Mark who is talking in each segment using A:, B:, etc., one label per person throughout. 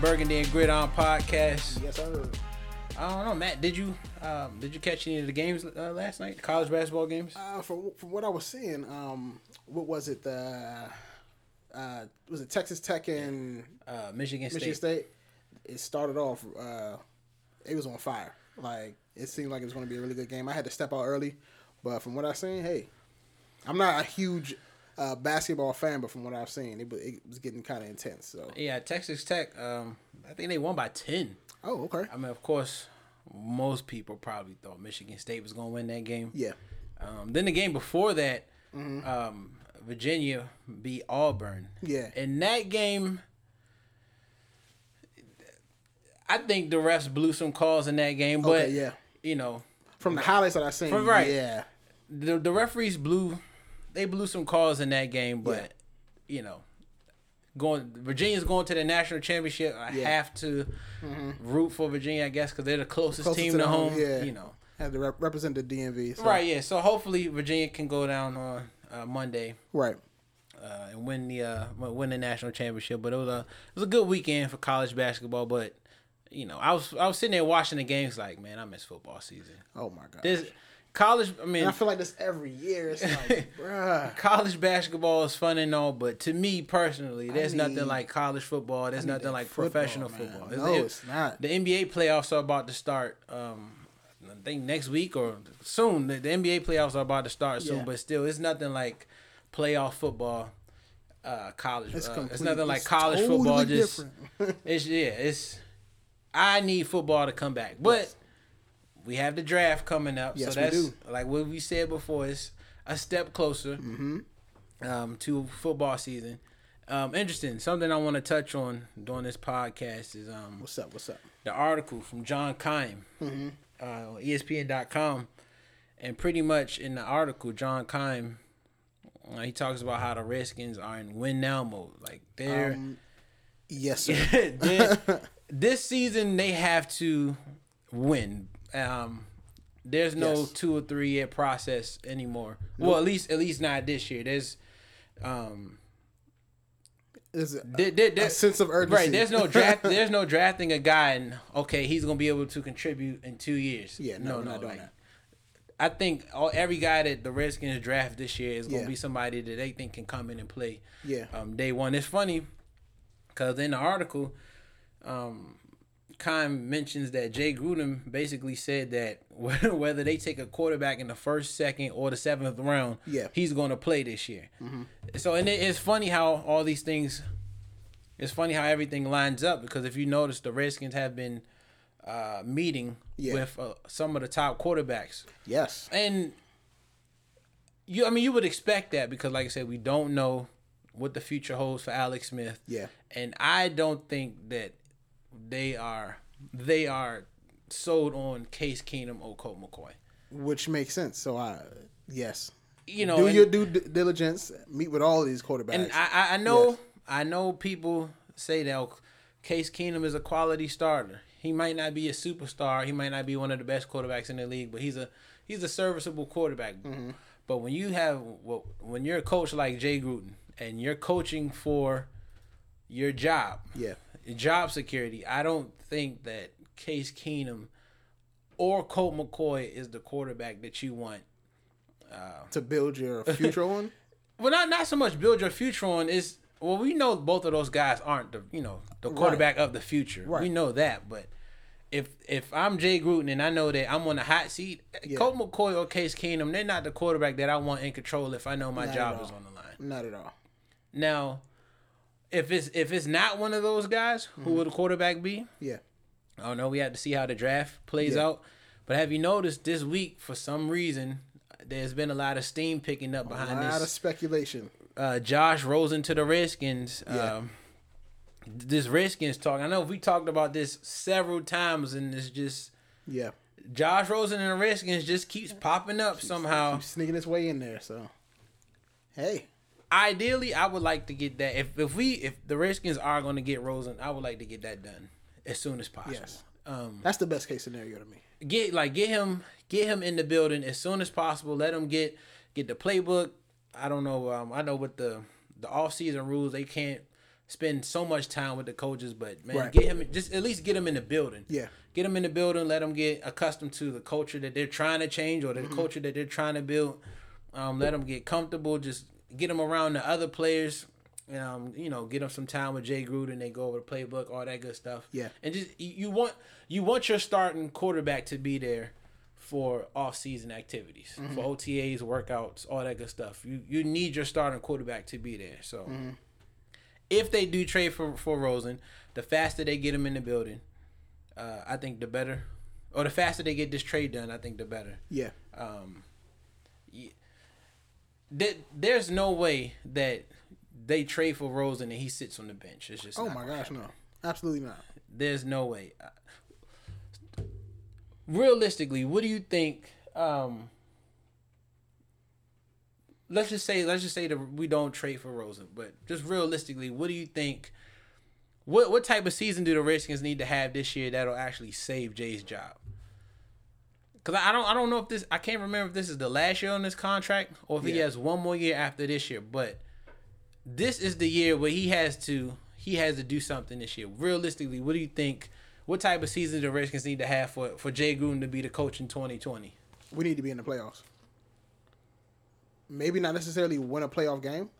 A: Burgundy and Gridiron podcast.
B: Yes, sir.
A: I don't know, Matt. Did you um, did you catch any of the games uh, last night? College basketball games?
B: Uh, from from what I was seeing, um, what was it? The uh, was it Texas Tech and
A: Uh, Michigan State.
B: Michigan State? It started off. Uh, it was on fire. Like it seemed like it was going to be a really good game. I had to step out early, but from what I've seen, hey, I'm not a huge uh, basketball fan, but from what I've seen, it was, it was getting kind of intense. So,
A: Yeah, Texas Tech. Um, I think they won by ten.
B: oh, okay,
A: I mean, of course, most people probably thought Michigan State was going to win that game.
B: yeah,
A: Um, then the game before that,
B: Mm-hmm.
A: um, Virginia beat Auburn.
B: Yeah.
A: In that game, I think the refs blew some calls in that game, but
B: Okay, yeah.
A: you know,
B: from the highlights that I seen,
A: From right.
B: yeah,
A: the the referees blew they blew some calls in that game, but you know, going Virginia's going to the national championship. I
B: Yeah.
A: have to root for Virginia, I guess, because they're the closest,
B: Closest
A: team
B: to
A: to,
B: the home,
A: home.
B: yeah.
A: You know,
B: had to rep- represent the DMV, so-
A: right? Yeah. So hopefully Virginia can go down on uh, Monday.
B: right,
A: uh, and win the uh, win the national championship. But it was a it was a good weekend for college basketball. But you know, I was I was sitting there watching the games like, man, I miss football season.
B: oh my god,
A: This college, I mean,
B: And I feel like this every year. It's like, bruh.
A: college basketball is fun and all, but to me personally, there's
B: need-
A: nothing like college football. There's nothing
B: that
A: like
B: football,
A: professional
B: man.
A: football.
B: No, it's not.
A: The NBA playoffs are about to start. Um, I think next week or soon. The, the NBA playoffs are about to start soon,
B: Yeah.
A: but still, it's nothing like playoff football. Uh, college.
B: It's
A: uh,
B: complete-
A: it's nothing like
B: it's
A: college
B: totally
A: football. Just
B: different.
A: it's yeah. It's I need football to come back, but
B: Yes.
A: we have the draft coming up.
B: Yes,
A: so
B: we
A: that's
B: do.
A: like what we said before. It's a step closer
B: Mm-hmm.
A: um, to football season. Um, interesting. Something I want to touch on during this podcast is um,
B: What's up? What's up?
A: the article from John Kime,
B: Mm-hmm.
A: uh, on ESPN.com, and pretty much in the article, John Kime, uh, he talks about how the Redskins are in win now mode. Like they're
B: Um, Yes, sir.
A: this, this season they have to win. Um, there's no
B: Yes.
A: two or three year process anymore. Well, at least at least not this year. There's um
B: There's a,
A: there, there,
B: a
A: there-
B: sense of urgency.
A: right. There's no draft. there's no drafting a guy and okay, he's gonna be able to contribute in two years.
B: Yeah, no, we're not doing that.
A: I think all, every guy that the Redskins draft this year is going to
B: Yeah.
A: be somebody that they think can come in and play.
B: Yeah.
A: Um, day one. It's funny because in the article, um, Kime mentions that Jay Gruden basically said that wh- whether they take a quarterback in the first, second, or the seventh round,
B: Yeah. Mm-hmm.
A: he's going to play this year. So and it, it's funny how all these things. It's funny how everything lines up because if you notice, the Redskins have been uh, meeting
B: Yeah.
A: with uh, some of the top quarterbacks
B: yes.
A: and you, I mean, you would expect that because, like I said, we don't know what the future holds for Alex Smith.
B: Yeah.
A: and I don't think that they are they are sold on Case Keenum or Colt McCoy.
B: Which makes sense. So I, yes.
A: You know,
B: Do
A: and,
B: your due d- diligence. Meet with all these quarterbacks.
A: and I, I, I know
B: Yes.
A: I know people say that oh, Case Keenum is a quality starter. He might not be a superstar. He might not be one of the best quarterbacks in the league, but he's a he's a serviceable quarterback. But when you have well, when you're a coach like Jay Gruden and you're coaching for your job,
B: yeah.
A: job security, I don't think that Case Keenum or Colt McCoy is the quarterback that you want
B: To build your future on.
A: well, not not so much build your future on is well, we know both of those guys aren't the you know the quarterback of the future. We
B: Right.
A: know that, but if if I'm Jay Gruden and I know that I'm on the hot seat, Colt McCoy or Case Keenum, they're not the quarterback that I want in control if I know my
B: at
A: job
B: all.
A: is on the line.
B: Not at all.
A: Now, if it's if it's not one of those guys, who
B: Mm-hmm.
A: would the quarterback be?
B: Yeah.
A: I don't know. We have to see how the draft plays
B: Yeah.
A: out. But have you noticed this week, for some reason, there's been a lot of steam picking up
B: A
A: behind this
B: lot of speculation.
A: uh, Josh Rosen to the Redskins. Um, this Redskins talk. I know we talked about this several times, and it's just
B: Yeah.
A: Josh Rosen and the Redskins just keeps popping up somehow.
B: Keep sneaking its way in there. So, hey.
A: Ideally, I would like to get that. If if we if the Redskins are going to get Rosen, I would like to get that done as soon as possible.
B: Yes.
A: Um,
B: That's the best case scenario to me.
A: get like get him get him in the building as soon as possible. Let him get get the playbook. I don't know. Um, I know with the the off season rules, they can't spend so much time with the coaches, but man,
B: Right.
A: get him just at least get him in the building.
B: Yeah.
A: Get him in the building, let him get accustomed to the culture that they're trying to change or the culture that they're trying to build. Um, let him get comfortable, just get him around the other players. Um, you know, get him some time with Jay Gruden. They go over the playbook, all that good stuff.
B: Yeah.
A: and just you- you want you want your starting quarterback to be there for off-season activities, for OTAs, workouts, all that good stuff. You you need your starting quarterback to be there. So if they do trade for for Rosen, the faster they get him in the building, uh, I think the better, or the faster they get this trade done, I think the better.
B: Yeah.
A: There, there's no way that they trade for Rosen and he sits on the bench. It's just
B: Oh
A: not
B: my
A: gonna
B: gosh, no. Absolutely not.
A: There's no way. Uh, Realistically, what do you think? Um, let's just say, let's just say that we don't trade for Rosen, but just realistically, what do you think? What what type of season do the Redskins need to have this year that'll actually save Jay's job? Cause I don't I don't know if this I can't remember if this is the last year on this contract or if he
B: Yeah.
A: has one more year after this year, but this is the year where he has to he has to do something this year. Realistically, what do you think? What type of season do the Redskins need to have for for Jay Gruden to be the coach in 2020?
B: We need to be in the playoffs. Maybe not necessarily win a playoff game,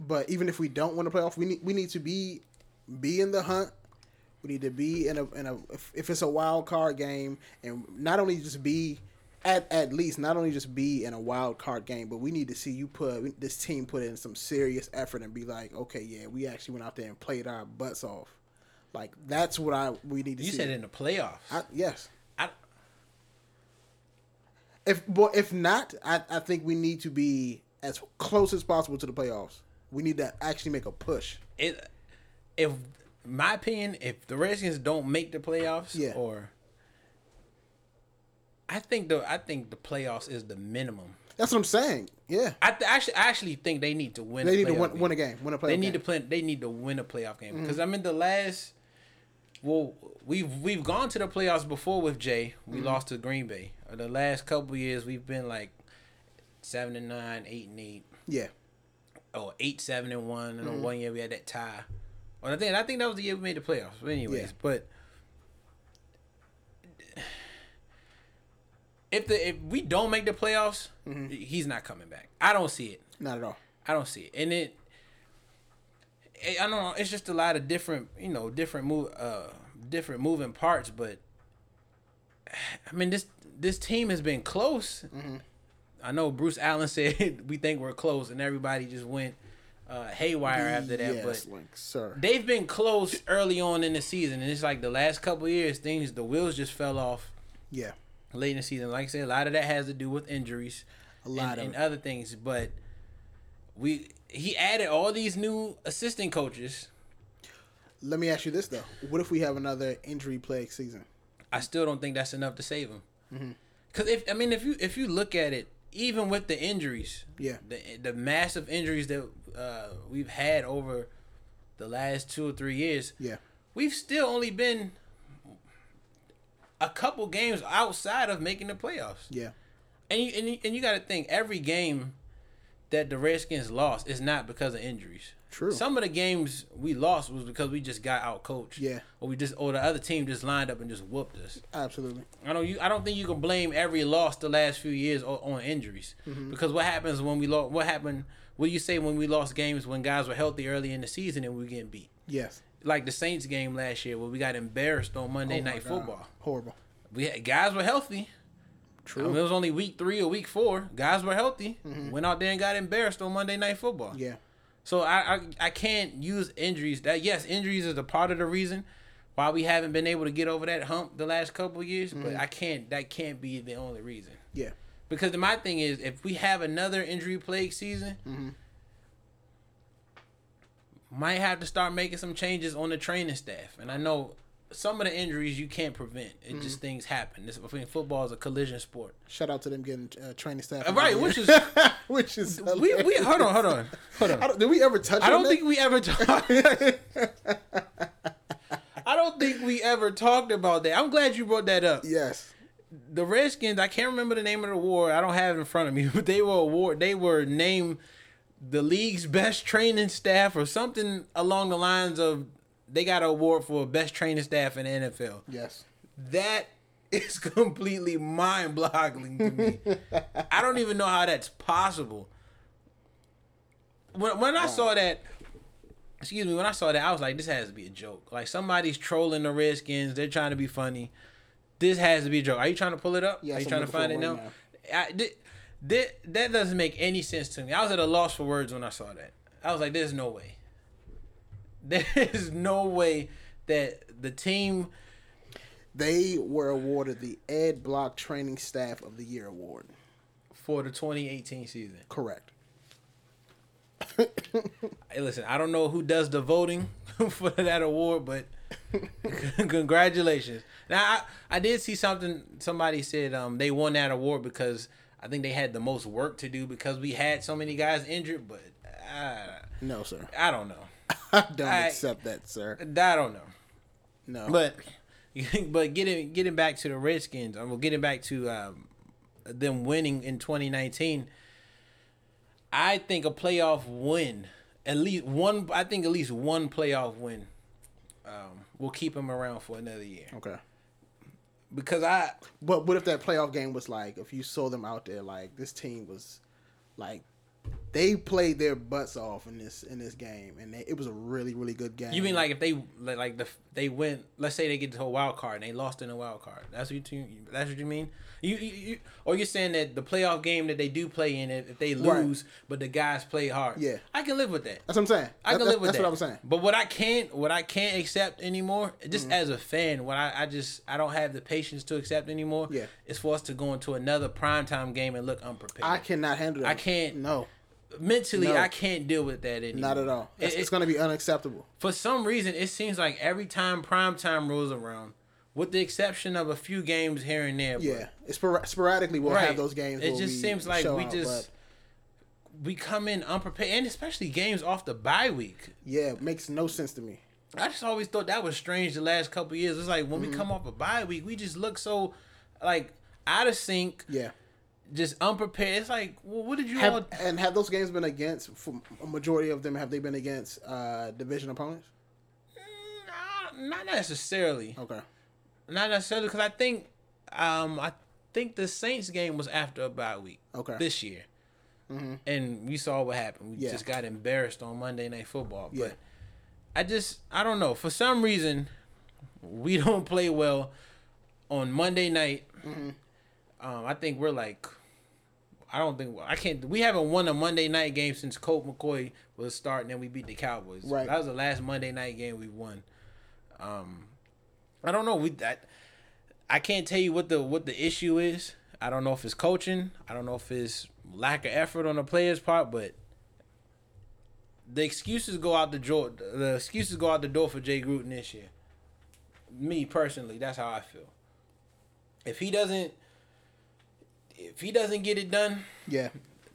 B: but even if we don't win a playoff, we need we need to be be in the hunt. We need to be in a in a if, if it's a wild card game, and not only just be at at least not only just be in a wild card game, but we need to see you put this team put in some serious effort and be like, okay, yeah, we actually went out there and played our butts off. Like that's what I we need to
A: You
B: see.
A: said in the playoffs.
B: I, yes.
A: I,
B: If well, if not, I, I think we need to be as close as possible to the playoffs. We need to actually make a push.
A: it, if my opinion, if the Redskins don't make the playoffs,
B: Yeah.
A: or I think the I think the playoffs is the minimum.
B: That's what I'm saying. Yeah,
A: I th- actually I actually think they need to win.
B: they
A: a
B: need to
A: playoff
B: win,
A: game.
B: win a game, win a playoff.
A: They need to
B: game.
A: play. They need to win a playoff game because I mean the last. Well, we've we've gone to the playoffs before with Jay. We lost to Green Bay. Uh, The last couple years we've been like seven and nine, eight and eight,
B: Yeah,
A: or eight seven and one. And then one year we had that tie. Well, I think I think that was the year we made the playoffs. But anyways,
B: Yeah.
A: but if the if we don't make the playoffs, he's not coming back. I don't see it.
B: not at all.
A: I don't see it. And it, it I don't know. It's just a lot of different, you know, different move, uh, different moving parts. But I mean, this this team has been close. I know Bruce Allen said we think we're close, and everybody just went uh, haywire after that.
B: yes,
A: But
B: Link, sir.
A: they've been close early on in the season, and it's like the last couple of years, things the wheels just fell off
B: yeah,
A: late in the season. Like I said, a lot of that has to do with injuries,
B: A
A: and,
B: lot of
A: and
B: it.
A: other things. But we he added all these new assistant coaches.
B: let me ask you this though: What if we have another injury plague season?
A: I still don't think that's enough to save him.
B: Mm-hmm.
A: Because if I mean, if you if you look at it, even with the injuries,
B: Yeah.
A: the the massive injuries that uh, we've had over the last two or three years,
B: Yeah,
A: we've still only been a couple games outside of making the playoffs.
B: yeah,
A: And you, and you, and you got to think every game that the Redskins lost is not because of injuries.
B: True.
A: Some of the games we lost was because we just got out coached.
B: Yeah.
A: Or we just or the other team just lined up and just whooped us.
B: absolutely.
A: I don't you I don't think you can blame every loss the last few years on, on injuries
B: Mm-hmm.
A: because what happens when we lost what happened what do you say when we lost games when guys were healthy early in the season and we were getting beat
B: Yes.
A: like the Saints game last year where we got embarrassed on Monday
B: Oh my
A: Night
B: God.
A: Football.
B: Horrible.
A: We had, guys were healthy. I
B: True. Mm-hmm.
A: mean, it was only week three or week four. Guys were healthy. Went out there and got embarrassed on Monday Night Football.
B: yeah.
A: So I, I I can't use injuries. That yes, injuries is a part of the reason why we haven't been able to get over that hump the last couple of years. But
B: Mm-hmm.
A: I can't. That can't be the only reason.
B: Yeah.
A: Because my thing is, if we have another injury plague season,
B: Mm-hmm.
A: might have to start making some changes on the training staff. And I know some of the injuries you can't prevent. It
B: Mm-hmm.
A: just things happen. This I think football is a collision sport.
B: Shout out to them getting uh, training staff.
A: Right, which is
B: which is
A: we we hold on, hold on, hold on.
B: I don't, did we ever touch?
A: I
B: on
A: don't
B: that?
A: think we ever talked. I don't think we ever talked about that. I'm glad you brought that up.
B: Yes.
A: The Redskins, I can't remember the name of the award. I don't have it in front of me, but they were award. They were named the league's best training staff or something along the lines of they got an award for best training staff in the NFL.
B: Yes.
A: That is completely mind boggling to me. I don't even know how that's possible. When, when I saw that, excuse me, when I saw that, I was like, this has to be a joke. Like somebody's trolling the Redskins. They're trying to be funny. This has to be a joke. Are you trying to pull it up?
B: Yes,
A: Are you
B: I'm
A: trying to
B: looking for
A: find it
B: it
A: now?
B: right
A: I, thi- thi- that doesn't make any sense to me. I was at a loss for words when I saw that. I was like, there's no way. There is no way that the team
B: They were awarded the Ed Block Training Staff of the Year award.
A: for the 2018 season.
B: Correct.
A: Hey, listen, I don't know who does the voting for that award, but congratulations. Now, I, I did see something. Somebody said um, they won that award because I think they had the most work to do because we had so many guys injured. But I,
B: No, sir.
A: I don't know.
B: I don't
A: I-
B: accept that, sir.
A: I don't know.
B: No.
A: But but getting getting back to the Redskins, or getting back to um, them winning in 2019, I think a playoff win, at least one. I think at least one playoff win um, will keep him around for another year
B: okay.
A: because I
B: But what if that playoff game was like if you saw them out there like this team was like they played their butts off in this in this game and they, it was a really really good game.
A: you mean like if they like like the they win let's say they get to a wild card and they lost in a wild card that's what you that's what you mean you, you, you or you're saying that the playoff game that they do play in if if they
B: Right.
A: lose but the guys play hard
B: Yeah.
A: I can live with that
B: that's what I'm saying.
A: I can
B: That-
A: live with
B: that's
A: that.
B: what I was saying. Mm-hmm.
A: But what I can't, what I can't accept anymore, just as a fan, what I, I just, I don't have the patience to accept anymore.
B: Yeah.
A: is for us to go into another primetime game and look unprepared.
B: I cannot handle that.
A: I can't-
B: No,
A: Mentally,
B: No.
A: I can't deal with that anymore.
B: not at all.
A: It-
B: It's,
A: it-
B: it's going to be unacceptable.
A: for some reason, it seems like every time primetime rolls around, with the exception of a few games here and there. but-
B: Yeah, it's spor- sporadically we'll
A: Right.
B: have those games.
A: It
B: where
A: just
B: we
A: seems like
B: show
A: we
B: out,
A: just-
B: but,
A: we come in unprepared, and especially games off the bye week.
B: yeah, it makes no sense to me.
A: I just always thought that was strange the last couple years. It's like when we
B: Mm-hmm.
A: come off a bye week, we just look so like out of sync,
B: Yeah,
A: just unprepared. It's like, well, what did you all?
B: have, and have those games been against? For a majority of them, have they been against uh, division opponents?
A: Nah, not necessarily,
B: Okay,
A: not necessarily, because I think, um, I think the Saints game was after a bye week.
B: Okay. Mm-hmm.
A: this year, and we saw what happened. We
B: Yeah.
A: just got embarrassed on Monday Night Football.
B: Yeah.
A: But I just, I don't know. For some reason, we don't play well on Monday night. Um, I think we're like, I don't think I can't. We haven't won a Monday night game since Colt McCoy was starting, and we beat the Cowboys.
B: Right.
A: that was the last Monday night game we won. Um, I don't know. We that I can't tell you what the what the issue is. I don't know if it's coaching. I don't know if it's lack of effort on the players' part, but the excuses go out the door. The excuses go out the door for Jay Gruden this year. Me personally, that's how I feel. If he doesn't, if he doesn't get it done,
B: yeah,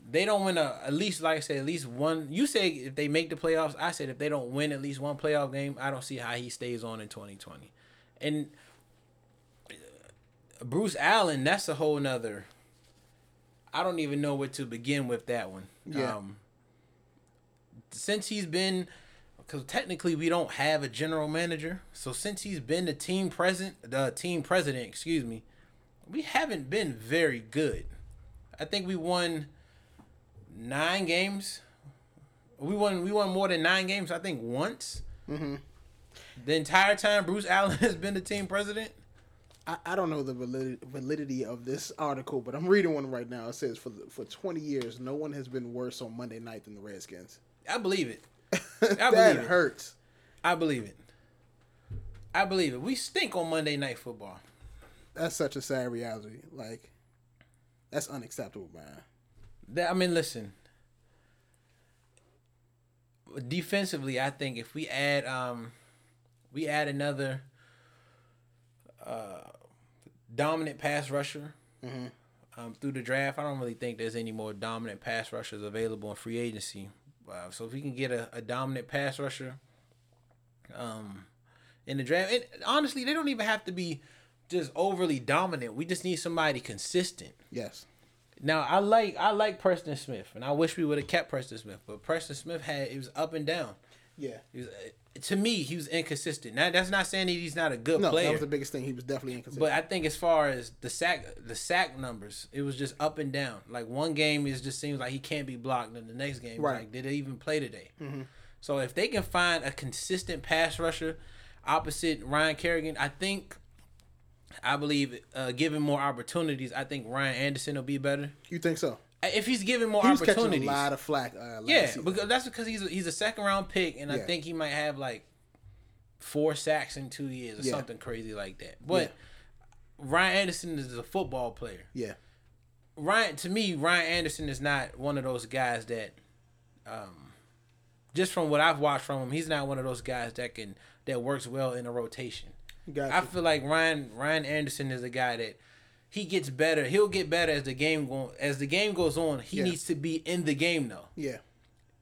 A: they don't win a at least like I said at least one. You say if they make the playoffs, I said if they don't win at least one playoff game, I don't see how he stays on in 2020. And uh, Bruce Allen, that's a whole nother. I don't even know where to begin with that one.
B: Yeah.
A: Um, since he's been, because technically we don't have a general manager, so since he's been the team president, the team president, excuse me, we haven't been very good. I think we won nine games. We won. We won more than nine games. I think once. The entire time Bruce Allen has been the team president.
B: I, I don't know the validity, validity of this article, but I'm reading one right now. It says for the, for 20 years, no one has been worse on Monday night than the Redskins.
A: I believe it.
B: that
A: believe it.
B: hurts.
A: I believe it. I believe it. We stink on Monday Night Football.
B: That's such a sad reality. Like, that's unacceptable, man.
A: That I mean, listen. Defensively, I think if we add um, we add another uh, dominant pass rusher um, through the draft. I don't really think there's any more dominant pass rushers available in free agency. Uh, so if we can get a, a dominant pass rusher, um, in the draft, and honestly, they don't even have to be just overly dominant. We just need somebody consistent
B: Yes.
A: Now I like I like Preston Smith, and I wish we would have kept Preston Smith, but Preston Smith had it was up and down.
B: Yeah.
A: He was, uh, to me, he was inconsistent. Now that's not saying that he's not a good
B: No,
A: player,
B: that was the biggest thing. He was definitely inconsistent.
A: but I think as far as the sack the sack numbers, it was just up and down. Like one game, it just seems like he can't be blocked, and the next game, it's
B: Right. Mm-hmm.
A: like did they even play today? So if they can find a consistent pass rusher opposite Ryan Kerrigan, I think. I believe, uh, given more opportunities, I think Ryan Anderson will be better.
B: you think so?
A: If he's given more
B: He was catching a
A: opportunities,
B: lot of flack. Uh, last
A: yeah,
B: season.
A: because that's because he's a, he's a second round pick, and I
B: Yeah.
A: think he might have like four sacks in two years or
B: Yeah.
A: something crazy like that. But Ryan Anderson is a football player.
B: yeah,
A: Ryan, to me, Ryan Anderson is not one of those guys that, um, just from what I've watched from him, he's not one of those guys that can that works well in a rotation.
B: gotcha.
A: I feel like Ryan Ryan Anderson is a guy that he gets better. He'll get better as the game go, as the game goes on. He
B: Yeah.
A: needs to be in the game though
B: yeah,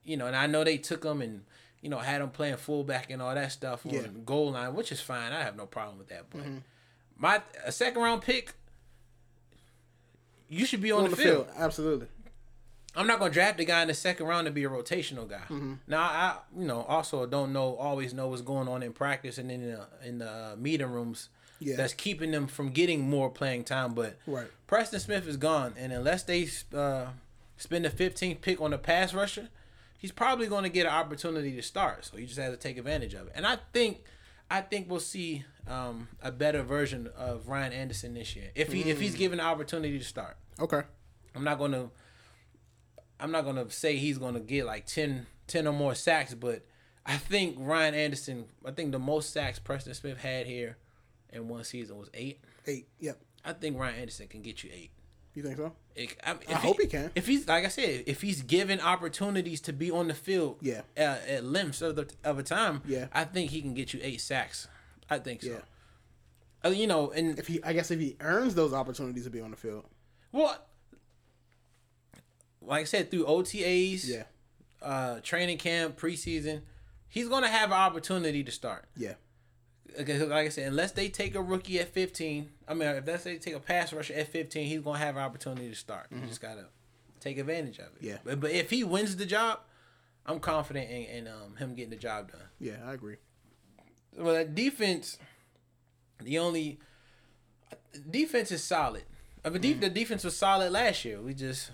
A: you know, and I know they took him and you know had him playing fullback and all that stuff on
B: Yeah.
A: goal line, which is fine. I have no problem with that. But my a second round pick, you should be on, the, field.
B: absolutely.
A: I'm not gonna draft a guy in the second round to be a rotational guy. Now I, you know, also don't know always know what's going on in practice and in the in the uh, meeting rooms.
B: Yeah.
A: That's keeping them from getting more playing time, but
B: Right.
A: Preston Smith is gone, and unless they uh, spend the 15th pick on a pass rusher, he's probably going to get an opportunity to start. So he just has to take advantage of it. And I think, I think we'll see um, a better version of Ryan Anderson this year if he if
B: Mm.
A: he's given the opportunity to start.
B: Okay.
A: I'm not gonna I'm not gonna say he's gonna get like 10, 10 or more sacks, but I think Ryan Anderson, I think the most sacks Preston Smith had here in one season was eight.
B: Eight. Yep.
A: I think Ryan Anderson can get you eight.
B: You think so?
A: It- I, mean, if
B: hope he can.
A: If he's like I said, if he's given opportunities to be on the field,
B: Yeah.
A: uh, at limps of the of a time,
B: Yeah.
A: I think he can get you eight sacks. I think so.
B: Yeah.
A: Uh, you know, and
B: If he, I guess, if he earns those opportunities to be on the field.
A: well, like I said, through OTAs,
B: Yeah.
A: uh, training camp, preseason, he's gonna have an opportunity to start.
B: Yeah.
A: Okay, so like I said, unless they take a rookie at fifteen, I mean, if that's they take a pass rusher at fifteen, he's gonna have an opportunity to start. You just gotta take advantage of it.
B: Mm-hmm. Yeah.
A: But, but if he wins the job, I'm confident in, in um, him getting the job done.
B: Yeah. I agree.
A: Well, that defense, the only defense is solid. I mean, def- the defense was solid last year. We just,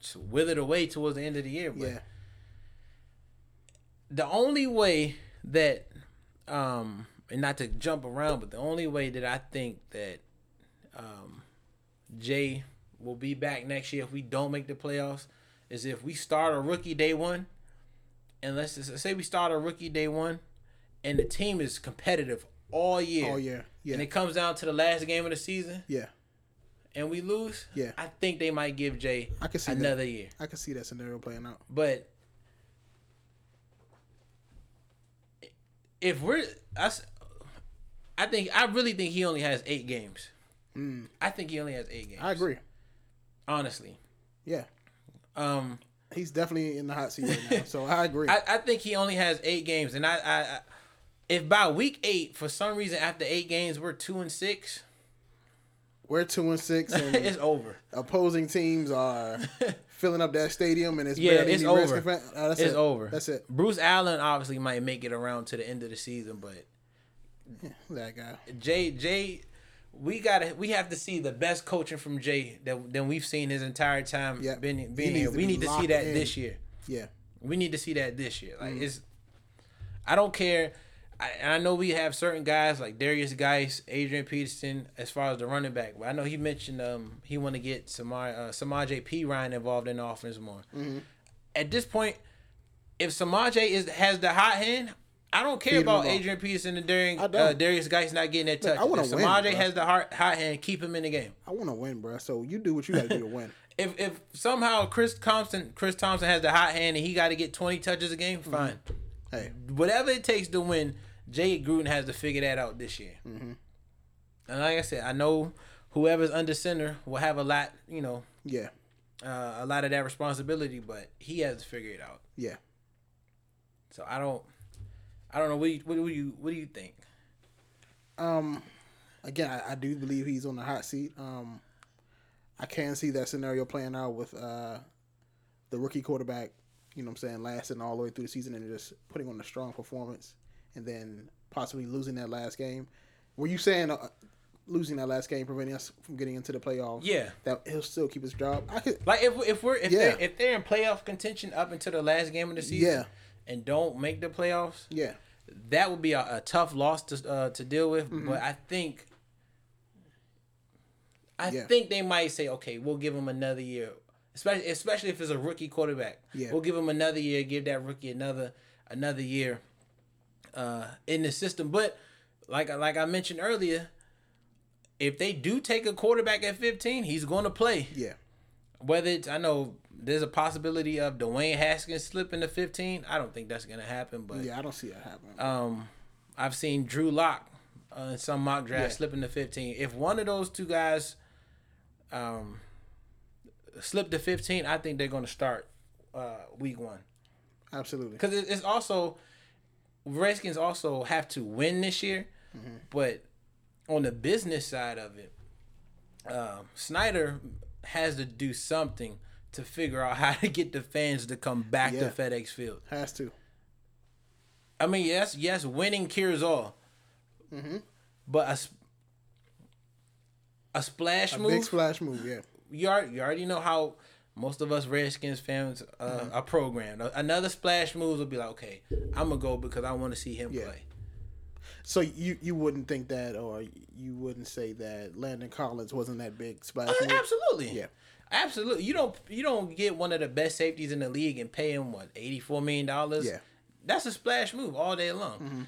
A: just withered away towards the end of the year. But
B: Yeah.
A: the only way that um and not to jump around but the only way that i think that um jay will be back next year if we don't make the playoffs is if we start a rookie day one and let's just say we start a rookie day one and the team is competitive all year
B: Oh yeah. Yeah.
A: and it comes down to the last game of the season
B: yeah.
A: and we lose
B: Yeah.
A: i think they might give jay
B: I can see
A: another year
B: that. I can see that scenario playing out.
A: but if we're, I, s- I think I really think he only has eight games.
B: Mm.
A: I think he only has eight games.
B: I agree.
A: honestly.
B: Yeah.
A: Um,
B: He's definitely in the hot seat right now. So I agree.
A: I, I think he only has eight games, and I, I, I, if by week eight for some reason after eight games we're two and six,
B: We're two and six, and
A: it's over.
B: opposing teams are filling up that stadium, and it's
A: Yeah,
B: barely
A: it's
B: any Redskin
A: over.
B: fan- Oh, that's
A: It's
B: it.
A: over.
B: That's it.
A: Bruce Allen obviously might make it around to the end of the season, but
B: That guy.
A: Jay Jay we gotta we have to see the best coaching from Jay that than we've seen his entire time
B: Yeah. He
A: being being
B: needs
A: here.
B: to
A: We
B: be
A: need to see
B: locked
A: that
B: in.
A: this year.
B: Yeah.
A: We need to see that this year.
B: Mm.
A: Like it's I don't care. I, and I know we have certain guys like Darius Geis, Adrian Peterson, as far as the running back. But I know he mentioned um he want to get Samar uh, Samaj P Ryan involved in the offense more.
B: Mm-hmm.
A: At this point, if Samaj is has the hot hand, I don't care
B: Feed him
A: about
B: the ball.
A: Adrian Peterson and Darian,
B: I don't.
A: uh, Darius Geis not getting that touch.
B: I wanna
A: If
B: win,
A: Samaj
B: bro.
A: has the hot, hot hand, keep him in the game.
B: I want to win, bro. So you do what you got to do to win.
A: If if somehow Chris Thompson Chris Thompson has the hot hand and he got to get twenty touches a game,
B: Mm-hmm.
A: fine
B: Hey,
A: whatever it takes to win, Jay Gruden has to figure that out this year.
B: Mm-hmm.
A: And like I said, I know whoever's under center will have a lot, you know,
B: yeah,
A: uh, a lot of that responsibility, but he has to figure it out.
B: yeah.
A: So I don't, I don't know. What do you, what do you, what do you think?
B: Um, again, I, I do believe he's on the hot seat. Um, I can see that scenario playing out with uh, the rookie quarterback. You know what I'm saying, lasting all the way through the season and just putting on a strong performance, and then possibly losing that last game. Were you saying uh, losing that last game preventing us from getting into the playoffs?
A: Yeah.
B: that he'll still keep his job. I could.
A: Like if if we're if
B: Yeah.
A: they're if they're in playoff contention up until the last game of the season
B: Yeah.
A: and don't make the playoffs,
B: Yeah,
A: that would be a, a tough loss to uh, to deal with.
B: Mm-hmm.
A: But I think I
B: Yeah.
A: think they might say, okay, we'll give him another year, especially especially if it's a rookie quarterback.
B: Yeah.
A: we'll give him another year, give that rookie another another year uh, in the system. But like like I mentioned earlier. If they do take a quarterback at 15, he's going to play
B: yeah,
A: whether it's I know there's a possibility of Dwayne Haskins slipping to 15. I don't think that's gonna happen, but
B: yeah. I don't see that happening.
A: um, I've seen Drew Lock uh, in some mock drafts
B: Yeah.
A: slipping to 15. If one of those two guys um slip to 15, I think they're gonna start uh week one
B: Absolutely.
A: because it, it's also Redskins also have to win this year,
B: Mm-hmm.
A: but on the business side of it, um, Snyder has to do something to figure out how to get the fans to come back
B: Yeah.
A: to FedEx Field.
B: Has to.
A: I mean, yes, yes, winning cures all,
B: Mm-hmm.
A: but a sp- a splash
B: A
A: move,
B: big splash move. Yeah.
A: you are you already know how most of us Redskins fans uh,
B: Mm-hmm.
A: are programmed. Another splash move will be like, okay, I'm gonna go because I want to see him
B: Yeah.
A: play.
B: So you you wouldn't think that, or you wouldn't say that Landon Collins wasn't that big splash
A: Oh,
B: move.
A: absolutely.
B: Yeah.
A: Absolutely. You don't you don't get one of the best safeties in the league and pay him what, eighty four million dollars?
B: Yeah. Mm-hmm.
A: That's a splash move all day long.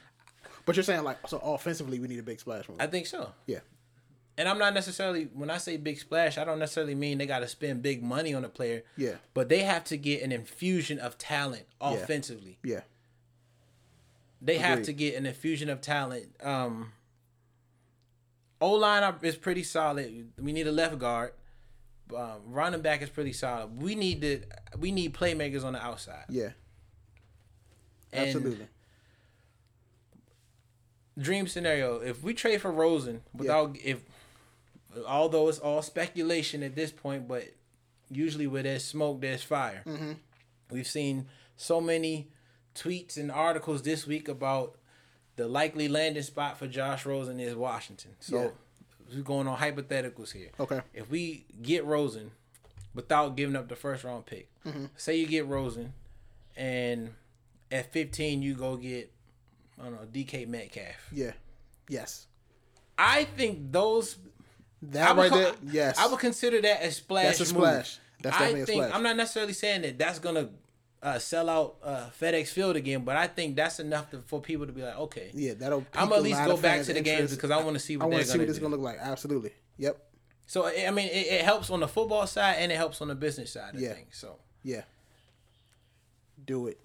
B: But you're saying like so offensively, we need a big splash move.
A: I think so.
B: yeah.
A: And I'm not necessarily when I say big splash, I don't necessarily mean they gotta spend big money on a player.
B: Yeah.
A: But they have to get an infusion of talent offensively.
B: Yeah.
A: They have
B: Agreed.
A: to get an infusion of talent. Um O line is pretty solid. We need a left guard. Um, running back is pretty solid. We need to we need playmakers on the outside.
B: Yeah.
A: And
B: Absolutely.
A: Dream scenario: if we trade for Rosen without if, although it's all speculation at this point, but usually where there's smoke, there's fire. We've seen so many tweets and articles this week about the likely landing spot for Josh Rosen is Washington. So we're going on hypotheticals here.
B: Okay.
A: If we get Rosen without giving up the first round pick,
B: Mm-hmm.
A: say you get Rosen, and at 15 you go get I don't know DK Metcalf.
B: Yeah. Yes.
A: I think those I
B: That
A: would
B: right
A: co-
B: there. Yes.
A: I would consider that a splash.
B: That's a splash.
A: move.
B: That's
A: I
B: definitely a
A: think
B: splash.
A: I'm not necessarily saying that that's gonna uh, sell out uh, FedEx Field again, but I think that's enough to, for people to be like, okay,
B: yeah. That'll.
A: I'm
B: pique
A: gonna
B: a
A: at least
B: lot
A: go
B: of
A: back
B: fans'
A: to the games
B: interest.
A: because I want to see
B: I
A: what
B: want
A: they're
B: to see
A: gonna
B: what
A: do.
B: it's gonna look like. Absolutely. Yep.
A: so I I mean, it, it helps on the football side and it helps on the business side of
B: Yeah.
A: things. So
B: Yeah. Do it.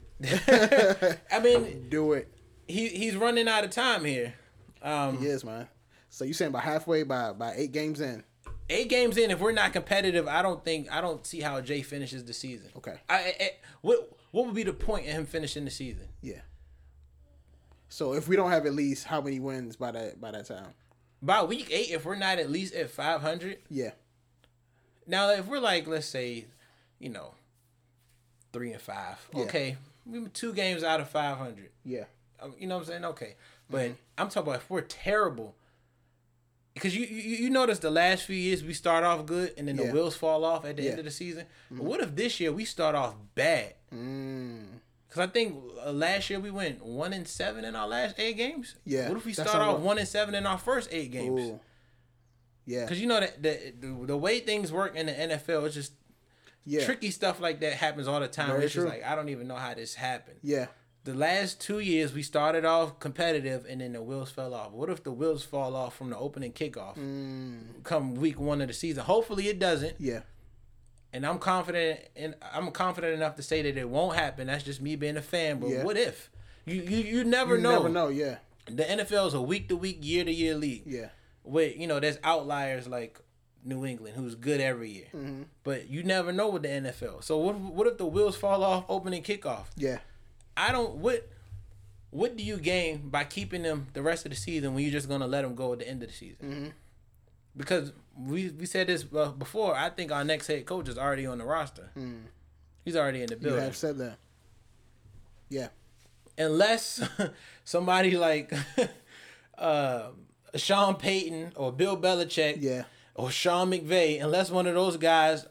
A: I mean,
B: Do it.
A: he he's running out of time here. Um,
B: Yes, man. So you saying by halfway, by by eight games in?
A: Eight games in, if we're not competitive, I don't think I don't see how Jay finishes the season.
B: Okay.
A: I, I, I- what what would be the point in him finishing the season?
B: Yeah. So if we don't have at least how many wins by that by that time?
A: By week eight, if we're not at least at five hundred,
B: Yeah.
A: now if we're like let's say, you know, three and five, okay, we were two games out of five hundred.
B: Yeah.
A: Um, you know what I'm saying? Okay, but I'm talking about if we're terrible, because you, you you notice the last few years we start off good and then
B: Yeah.
A: the wheels fall off at the
B: Yeah.
A: end
B: Mm-hmm.
A: of the season. But what if this year we start off bad?
B: Mm.
A: Because I think uh, last year we went one and seven in our last eight games.
B: Yeah,
A: What if we
B: that
A: start
B: sound
A: off
B: right.
A: one and seven in our first eight games?
B: Ooh. Yeah.
A: Because you know that the, the the way things work in the NFL, it's just
B: Yeah.
A: tricky stuff like that happens all the time.
B: Very
A: it's just
B: true.
A: like I don't even know how this happened
B: Yeah.
A: the last two years we started off competitive and then the wheels fell off. What if the wheels fall off from the opening kickoff
B: Mm.
A: come week one of the season? Hopefully it doesn't.
B: Yeah.
A: And I'm confident and I'm confident enough to say that it won't happen. That's just me being a fan. But
B: Yeah.
A: what if? You you, you never
B: You
A: know.
B: never know. Yeah.
A: The NFL is a week to week, year to year league.
B: Yeah.
A: With you know, there's outliers like New England, who's good every year.
B: Mm-hmm.
A: But you never know with the NFL. So what what if the wheels fall off opening kickoff?
B: Yeah.
A: I don't what what
B: Mm-hmm.
A: do you gain by keeping them the rest of the season when you're just gonna let them go at the end of the season? because we we said this uh, before. I think our next head coach is already on the roster. He's already in the
B: Mm. You
A: building.
B: have said that. Yeah.
A: Unless somebody like uh, Sean Payton or Bill Belichick
B: Yeah.
A: or Sean McVay, unless one of those guys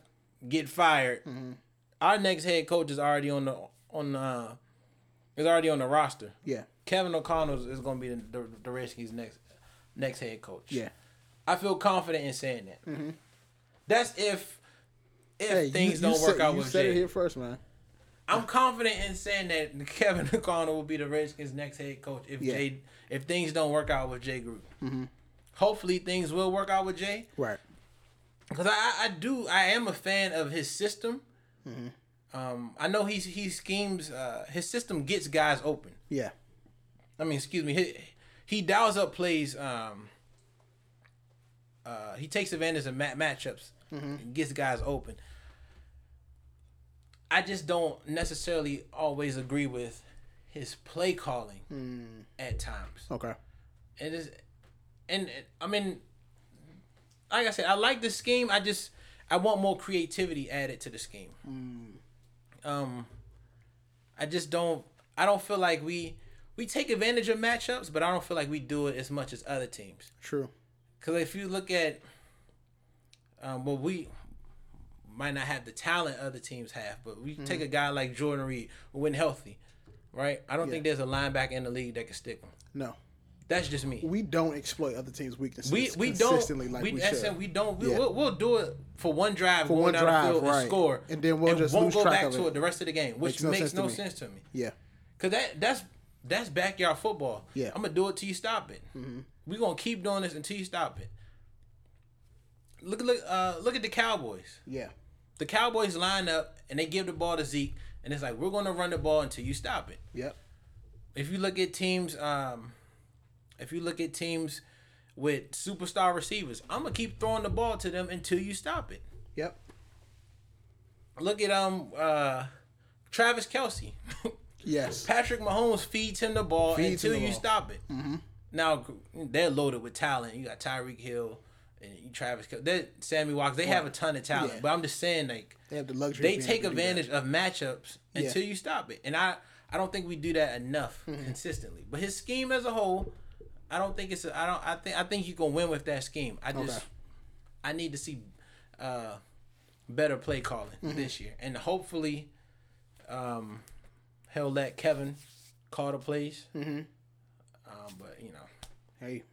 A: get fired,
B: Mm-hmm.
A: our next head coach is already on the on the, uh, is already on the roster.
B: Yeah.
A: Kevin O'Connell is going to be the, the, the Redskins' next next head coach.
B: Yeah. Mm-hmm.
A: I feel confident in saying that. That's if if
B: Hey, you-
A: things
B: you
A: don't work
B: said-
A: out
B: You
A: with
B: said it
A: Jay.
B: here first, man.
A: I'm confident in saying that Kevin O'Connell will be the Redskins' next head coach if
B: Yeah. Mm-hmm.
A: Jay if things don't work out with Jay Group. Hopefully things will work out with Jay
B: Right.
A: because I, I- I do I am a fan of his system.
B: Mm-hmm.
A: Um, I know he's he schemes uh, his system gets guys open.
B: Yeah.
A: I mean, excuse me. He, he dials up plays. Um, uh, he takes advantage of mat- matchups, and gets guys open. I just don't necessarily always agree with his play calling at times.
B: Okay.
A: It is, and and, I mean, like I said, I like this scheme. I just I want more creativity added to the scheme. Um, I just don't. I don't feel like we we take advantage of matchups, but I don't feel like we do it as much as other teams.
B: True.
A: Because if you look at, um, well, we might not have the talent other teams have, but we take a guy like Jordan Reed when healthy, right? I don't think there's a linebacker in the league that can stick him.
B: No.
A: That's just me
B: We don't exploit other teams' weaknesses
A: we we don't
B: consistently like
A: we, we
B: we, should.
A: we don't we,
B: Yeah.
A: we'll, we'll do it for one drive for
B: one
A: one down
B: drive,
A: the field
B: right.
A: and score
B: And then we'll just
A: won't
B: lose
A: go
B: track
A: back
B: of
A: to
B: it.
A: the rest of the game which
B: Makes no
A: makes
B: sense to
A: no
B: me.
A: sense to me
B: yeah.
A: because that that's that's backyard football
B: Yeah. Mm-hmm.
A: i'm gonna do it till you stop it we're gonna keep doing this until you stop it look look uh look at the cowboys
B: Yeah.
A: the cowboys line up and they give the ball to zeke and it's like we're gonna run the ball until you stop it
B: Yep.
A: if you look at teams, um, if you look at teams with superstar receivers, I'm gonna keep throwing the ball to them until you stop it.
B: Yep.
A: Look at um, uh, Travis Kelsey,
B: Yes.
A: Patrick Mahomes feeds him the ball
B: Feeds
A: until
B: him the
A: you
B: ball.
A: stop
B: Mm-hmm.
A: it. Now they're loaded with talent. You got Tyreek Hill and you- Travis, Kel- they Sammy Watkins. They have a ton of talent,
B: Yeah.
A: but I'm just saying like
B: They have the luxury.
A: they
B: of being
A: take
B: able to do that.
A: advantage of matchups
B: Yeah.
A: until you stop it. And I, I don't think we do that enough
B: Mm-hmm.
A: consistently. But his scheme as a whole, I don't think it's. A, I don't. I think. I think you can win with that scheme. I just,
B: Okay.
A: I need to see, uh, better play calling
B: Mm-hmm.
A: this year, and hopefully, um, he'll let Kevin call the plays. Mm-hmm. Um, but you know,
B: Hey.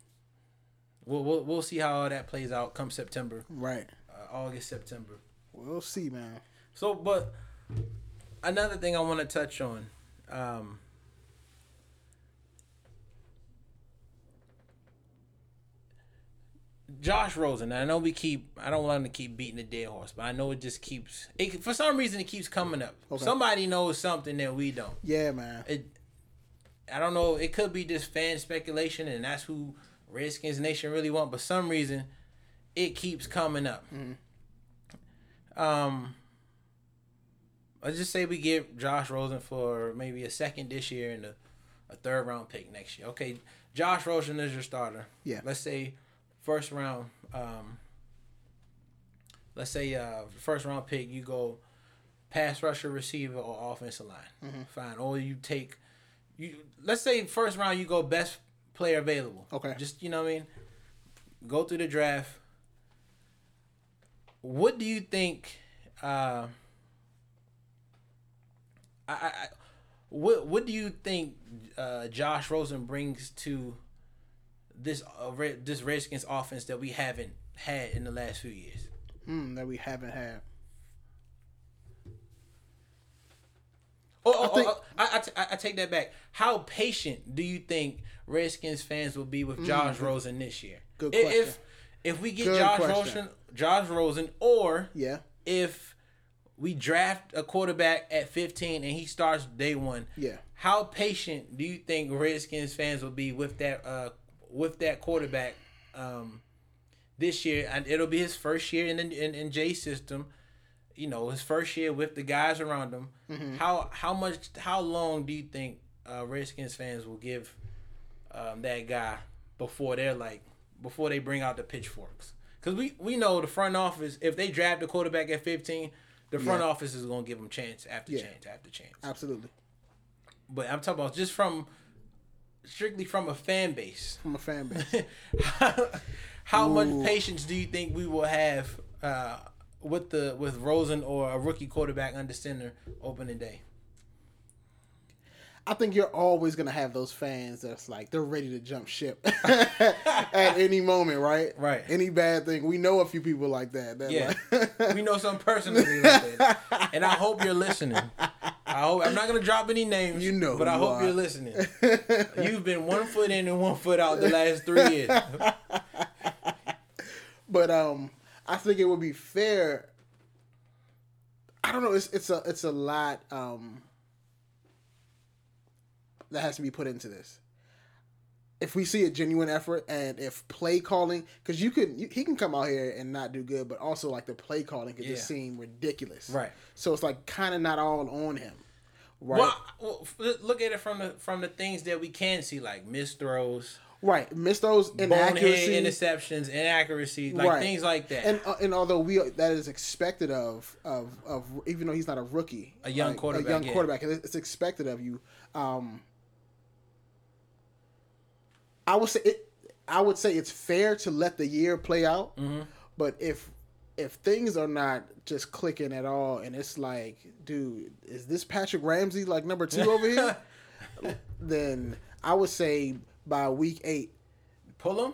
A: we'll we'll, we'll see how all that plays out come September,
B: Right.
A: uh, August, September.
B: We'll see, man.
A: So, but another thing I want to touch on, um, Josh Rosen. I know we keep. I don't want to keep beating the dead horse, but I know it just keeps. It, for some reason, it keeps coming up.
B: Okay.
A: Somebody knows something that we don't.
B: Yeah, man.
A: It. I don't know. It could be just fan speculation, and that's who Redskins Nation really want. But some reason, it keeps coming up. Um, let's just say we give Josh Rosen for maybe a second this year and a, a third round pick next year. Okay, Josh Rosen is your starter.
B: Yeah.
A: Let's say first round. Um, let's say uh first round pick you go pass rusher, receiver, or offensive line.
B: Mm-hmm.
A: Fine. Or you take you. Let's say first round you go best player available.
B: Okay.
A: Just you know what I mean. Go through the draft. What do you think? Uh, I, I I- what what do you think uh, Josh Rosen brings to this uh, Red, this Redskins offense that we haven't had in the last few years?
B: Mm, that we haven't had.
A: Oh, oh,
B: think-
A: oh, oh, I, I, t- I- I take that back. How patient do you think Redskins fans will be with Josh Rosen this year?
B: Mm-hmm. good
A: I-
B: question.
A: If if we get
B: Good
A: Josh
B: question.
A: Rosen, Josh Rosen, or
B: Yeah.
A: if we draft a quarterback at 15 and he starts day one,
B: Yeah.
A: how patient do you think Redskins fans will be with that uh with that quarterback um this year? And it'll be his first year in in, in Jay's system. You know, his first year with the guys around him.
B: Mm-hmm.
A: How how much how long do you think uh Redskins fans will give um that guy before they're like before they bring out the pitchforks? Because we, we know the front office, if they draft a quarterback at 15, the front
B: Yeah.
A: office is going to give them chance after
B: Yeah.
A: chance after chance.
B: Absolutely.
A: But I'm talking about just from strictly from a fan base.
B: I'm a fan base.
A: how how
B: Ooh.
A: much patience do you think we will have uh, with the with Rosen or a rookie quarterback under center opening day?
B: I think you're always gonna have those fans that's like they're ready to jump ship at any moment, right?
A: Right.
B: Any bad thing. We know a few people like that. that
A: Yeah.
B: like-
A: we know some personally like that. and I hope you're listening. I hope I'm not gonna drop any names.
B: You know
A: but I
B: who
A: hope
B: are.
A: you're listening. You've been one foot in and one foot out the last three years.
B: but um, I think it would be fair. I don't know. It's it's a it's a lot um that has to be put into this. If we see a genuine effort and if play calling, because you could you, he can come out here and not do good, but also like the play calling could just
A: Yeah.
B: seem ridiculous,
A: Right.
B: So it's like kind of not all on him, right?
A: Well, well, f- look at it from the from the things that we can see, like missed throws,
B: Right, miss those
A: bonehead
B: inaccuracies.
A: interceptions, inaccuracy, like
B: Right.
A: things like that.
B: and uh, and although we that is expected of of of even though he's not a rookie,
A: A young
B: like,
A: quarterback,
B: a young
A: yeah.
B: quarterback, it- it's expected of you. Um, I would say it. I would say it's fair to let the year play out,
A: Mm-hmm.
B: but if if things are not just clicking at all, and it's like, dude, is this Patrick Ramsey like number two over here? then I would say by week eight,
A: Pull them,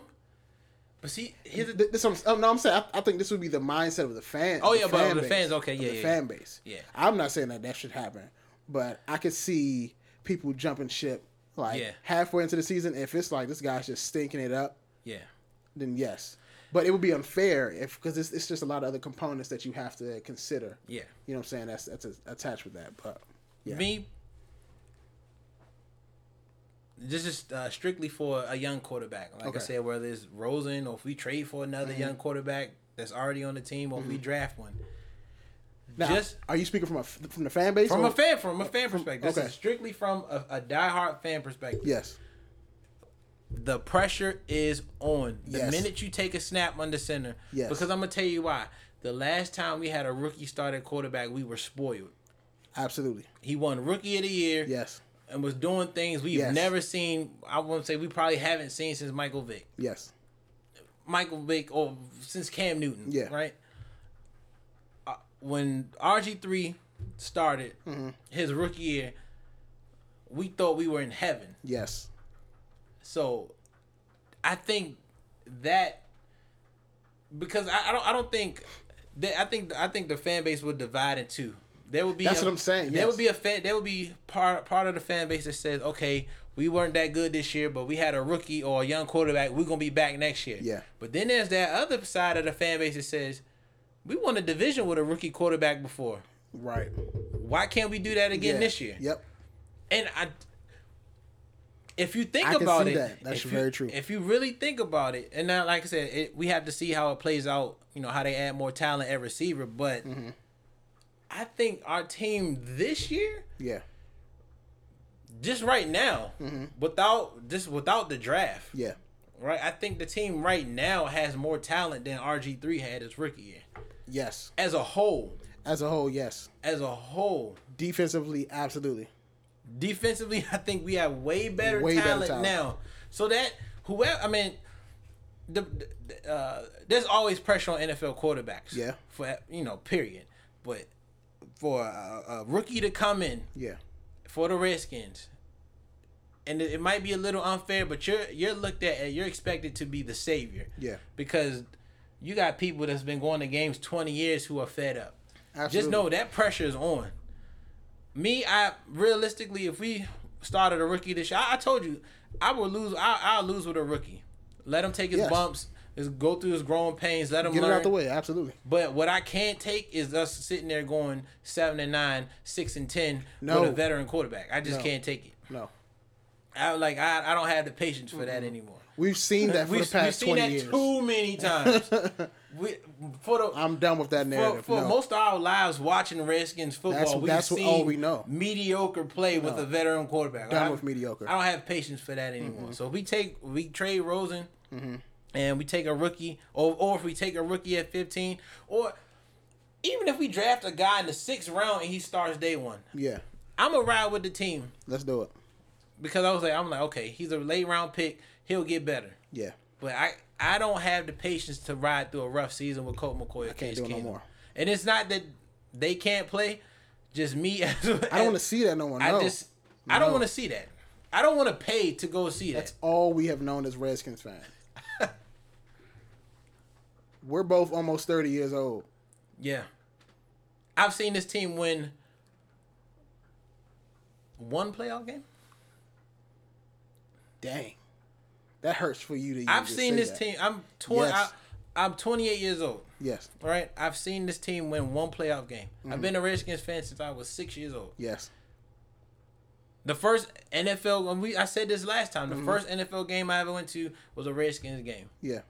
A: but see, here's the
B: Th- This, I'm, oh, no, I'm saying I, I think this would be the mindset of the fan.
A: Oh,
B: the
A: yeah, but
B: fan
A: the
B: base,
A: fans, okay,
B: of
A: yeah,
B: the
A: yeah,
B: fan base.
A: Yeah.
B: I'm not saying that that should happen, but I could see people jumping ship like
A: Yeah.
B: halfway into the season. If it's like this guy's just stinking it up,
A: yeah.
B: then yes. But it would be unfair if because it's, it's just a lot of other components that you have to consider.
A: Yeah.
B: You know what I'm saying? That's that's attached with that, but yeah,
A: Me, this is uh, strictly for a young quarterback. Like
B: Okay. Mm-hmm.
A: I said, whether it's Rosen or if we trade for another young quarterback that's already on the team, or if we draft one.
B: now,
A: just
B: are you speaking from a f- from the fan base?
A: from
B: or-
A: a fan, from a fan perspective, this
B: okay.
A: is strictly from a, a diehard fan perspective.
B: Yes.
A: the pressure is on the
B: Yes.
A: minute you take a snap under center.
B: Yes.
A: Because I'm gonna tell you why. The last time we had a rookie start at quarterback, we were spoiled.
B: Absolutely.
A: He won rookie of the year
B: Yes.
A: and was doing things we've
B: Yes.
A: never seen. I won't say we probably haven't seen since Michael Vick.
B: Yes.
A: Michael Vick or since Cam Newton.
B: Yeah.
A: Right. Uh, When RG three started
B: Mm-hmm.
A: his rookie year, we thought we were in heaven.
B: Yes.
A: So I think that because I, I don't I don't think that I think I think the fan base would divide in two. There would be
B: That's
A: a-
B: what I'm saying,
A: There
B: yes.
A: would be a fan there would be part part of the fan base that says, Okay, we weren't that good this year, but we had a rookie or a young quarterback, we're gonna be back next year.
B: Yeah.
A: But then there's that other side of the fan base that says, We won a division with a rookie quarterback before.
B: Right.
A: Why can't we do that again
B: Yeah.
A: this year?
B: Yep.
A: And I, if you think
B: I can
A: about
B: see
A: it,
B: that. That's
A: if you-
B: very true.
A: If you really think about it, and now, like I said, it, we have to see how it plays out. You know how they add more talent at receiver, but
B: Mm-hmm.
A: I think our team this year,
B: Yeah.
A: just right now, without just without the draft,
B: Mm-hmm. Yeah.
A: right? I think the team right now has more talent than RG three had his rookie year.
B: Yes.
A: As a whole,
B: As a whole, yes.
A: as a whole,
B: Defensively, absolutely.
A: Defensively, I think we have way better,
B: Way better
A: talent,
B: talent.
A: now. So that whoever, I mean, the, the uh, there's always pressure on NFL quarterbacks.
B: Yeah.
A: For you know, period. But for a, a rookie to come in
B: Yeah.
A: for the Redskins, and it, it might be a little unfair, but you're you're looked at, and you're expected to be the savior.
B: Yeah.
A: Because you got people that's been going to games 20 years who are fed up.
B: Absolutely.
A: Just know that pressure is on. Me, I realistically, if we started a rookie this year, I, I told you, I will lose. I, I'll lose with a rookie. Let him take his
B: Yes.
A: bumps, his, go through his growing pains. Let him
B: Get
A: learn.
B: it out the way. Absolutely.
A: But what I can't take is us sitting there going seven and nine, six and ten
B: No.
A: with a veteran quarterback. I just
B: No.
A: can't take it.
B: No.
A: I like I, I don't have the patience for that anymore.
B: We've seen that for
A: We've,
B: the past
A: we've seen
B: 20
A: that
B: years.
A: too many times. we for the
B: I'm done with that
A: for,
B: narrative.
A: for
B: no.
A: most of our lives watching Redskins football,
B: That's-
A: we've
B: that's what-
A: seen
B: all we know.
A: mediocre play with a veteran quarterback.
B: Done
A: I-
B: with mediocre. Mm-hmm.
A: I don't have patience for that anymore. So if we take we trade Rosen, and we take a rookie, or or if we take a rookie at fifteen, or even if we draft a guy in the sixth round and he starts day one,
B: Yeah,
A: I'm gonna ride with the team
B: let's do it.
A: because I was like, I'm like, okay, he's a late round pick, he'll get better,
B: Yeah,
A: but I I don't have the patience to ride through a rough season with Colt McCoy. I
B: can't do it no more.
A: And it's not that they can't play, just me. As,
B: I don't want to see that no more. No.
A: I just I don't
B: No.
A: want to see that. I don't want to pay to go see
B: That's
A: that.
B: all we have known as Redskins fans. We're both almost thirty years old.
A: Yeah. I've seen this team win one playoff game.
B: Dang, that hurts for you to. even
A: I've
B: just
A: seen
B: say
A: this
B: that.
A: team. I'm 20
B: Yes.
A: I, I'm 28 years old,
B: Yes,
A: right? I've seen this team win one playoff game.
B: Mm-hmm.
A: I've been a Redskins fan since I was 6 years old.
B: yes,
A: The first NFL when we I said this last time, the first NFL game I ever went to was a Redskins game.
B: yeah,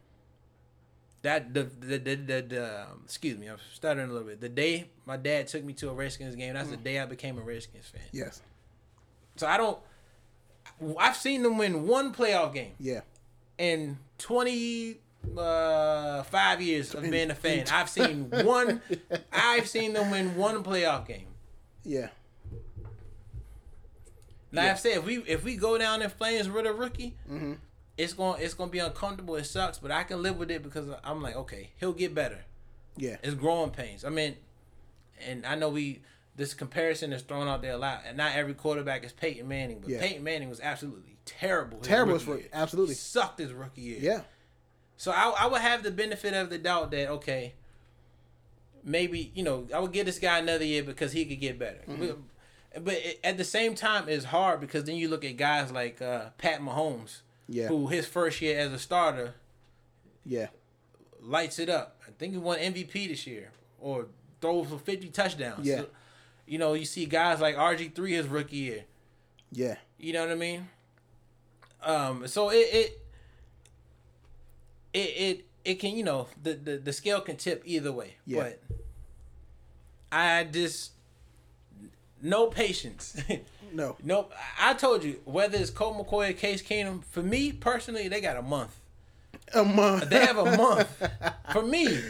A: That the the the, the, the um, excuse me, I'm stuttering a little bit. The day my dad took me to a Redskins game, that's the day I became a Redskins fan.
B: yes,
A: So I don't. I've seen them win one playoff game
B: yeah.
A: in twenty uh, five years of being a fan. I've seen one. I've seen them win one playoff game.
B: Yeah.
A: Like I've said, if we if we go down in flames with a rookie,
B: Mm-hmm.
A: it's going to it's gonna be uncomfortable. It sucks, but I can live with it because I'm like, okay, he'll get better.
B: Yeah.
A: It's growing pains. I mean, and I know we this comparison is thrown out there a lot, and not every quarterback is Peyton Manning, but
B: Yeah.
A: Peyton Manning was absolutely terrible. his
B: Terrible
A: rookie
B: for
A: year.
B: absolutely.
A: sucked his rookie year.
B: Yeah.
A: So I, I would have the benefit of the doubt that okay, maybe you know I would give this guy another year because he could get better.
B: Mm-hmm.
A: But, but it- at the same time, it's hard because then you look at guys like uh, Pat Mahomes,
B: Yeah.
A: who his first year as a starter
B: Yeah.
A: lights it up. I think he won MVP this year or throws for fifty touchdowns.
B: Yeah.
A: you know you see guys like RG three his rookie year.
B: Yeah.
A: You know what I mean? Um, so it it it it, it can you know the, the the scale can tip either way.
B: Yeah.
A: But I just no patience.
B: No.
A: nope. I I told you whether it's Colt McCoy or Case Keenum. For me personally, they got a month.
B: A month.
A: They have a month. For me,
B: yeah,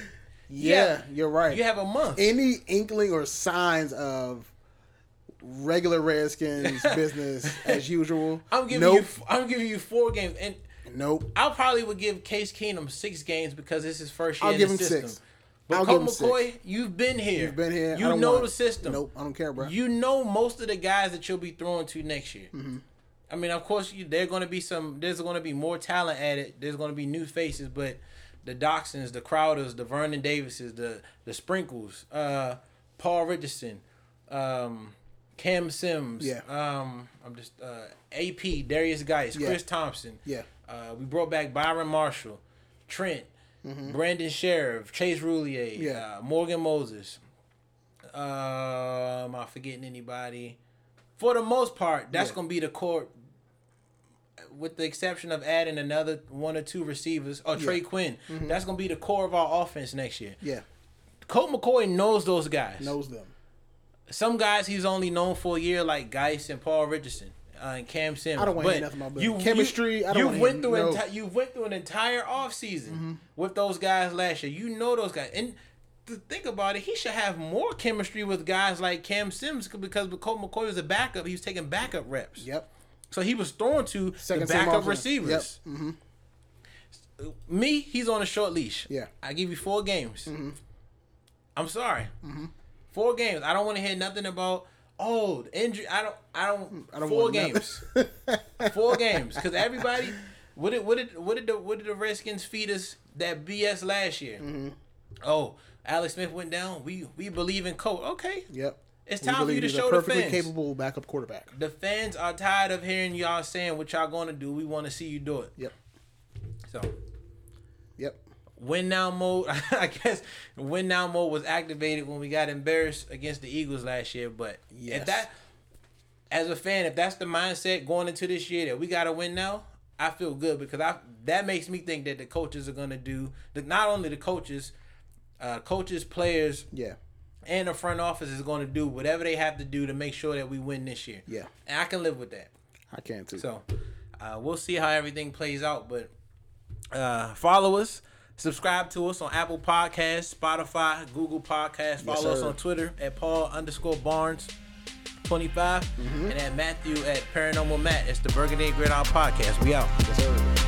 A: Yeah.
B: you're right.
A: you have a month.
B: Any inkling or signs of regular Redskins business as usual?
A: I'm giving
B: nope.
A: you I'm giving you four games and.
B: Nope.
A: I probably would give Case Keenum six games because this is first year
B: I'll
A: in
B: give
A: the
B: him
A: system.
B: six.
A: But
B: I'll
A: Colt
B: give him six.
A: McCoy, you've been here.
B: You've been here. I
A: You
B: don't
A: know
B: want-
A: the system.
B: Nope. I don't care, bro.
A: You know most of the guys that you'll be throwing to next year.
B: Mm-hmm.
A: I mean, of course, you, there going to be some. There's going to be more talent added. There's going to be new faces, but the Doxons, the Crowders, the Vernon Davises, the the Sprinkles, uh, Paul Richardson, um, Cam Sims.
B: Yeah.
A: Um, I'm just uh, AP Darius Geis,
B: Yeah.
A: Chris Thompson.
B: Yeah.
A: Uh, we brought back Byron Marshall, Trent, Brandon Sheriff, Chase Roulier,
B: Mm-hmm. Yeah.
A: uh, Morgan Moses. Uh, am I forgetting anybody? For the most part, that's
B: Yeah.
A: gonna be the core, with the exception of adding another one or two receivers. Oh, Trey Quinn.
B: Mm-hmm.
A: That's gonna be the core of our offense next year.
B: yeah.
A: Colt McCoy knows those guys.
B: Knows them.
A: Some guys he's only known for a year, like Geis and Paul Richardson uh, and Cam Sims.
B: I don't wanna
A: But
B: hear nothing about
A: you,
B: chemistry.
A: You,
B: I don't
A: you
B: wanna hear
A: went through
B: no- Mm-hmm.
A: enti- you went through an entire offseason with those guys last year. You know those guys, and to think about it, he should have more chemistry with guys like Cam Sims c- because with Colt McCoy was a backup, he was taking backup reps.
B: Yep.
A: So he was throwing to
B: Second
A: the
B: team
A: backup
B: offense. Mm-hmm.
A: receivers. Me, he's on a short leash.
B: Yeah. Mm-hmm.
A: I give you four games. I'm sorry. Four games. I don't want to hear nothing about oh the injury. I don't. I don't.
B: Mm, I don't
A: four
B: want nothing.
A: games. four games. Because everybody, what did what did what did the what did the Redskins feed us that BS last year?
B: Mm-hmm.
A: Oh, Alex Smith went down. We we believe in Colt. Okay,
B: Yep.
A: It's
B: We
A: time for
B: believe
A: you to
B: he's a
A: show the
B: perfectly
A: fans.
B: capable backup quarterback.
A: the fans are tired of hearing y'all saying what y'all gonna do. We want to see you do it.
B: Yep.
A: So
B: Yep.
A: win now mode. I guess win now mode was activated when we got embarrassed against the Eagles last year. But
B: Yes.
A: if that, as a fan, if that's the mindset going into this year that we gotta win now, I feel good because I that makes me think that the coaches are gonna do the, not only the coaches, uh, coaches, players,
B: Yeah.
A: and the front office is gonna do whatever they have to do to make sure that we win this year.
B: Yeah.
A: and I can live with that.
B: I can too.
A: So uh, we'll see how everything plays out, but Uh, follow us. Subscribe to us on Apple Podcasts, Spotify, Google Podcasts. Follow us
B: sir.
A: on Twitter at Paul underscore Barnes
B: Mm-hmm.
A: 25 and at Matthew at Paranormal Matt. It's the Burgundy Gridiron Podcast. We out.
B: Yes, sir.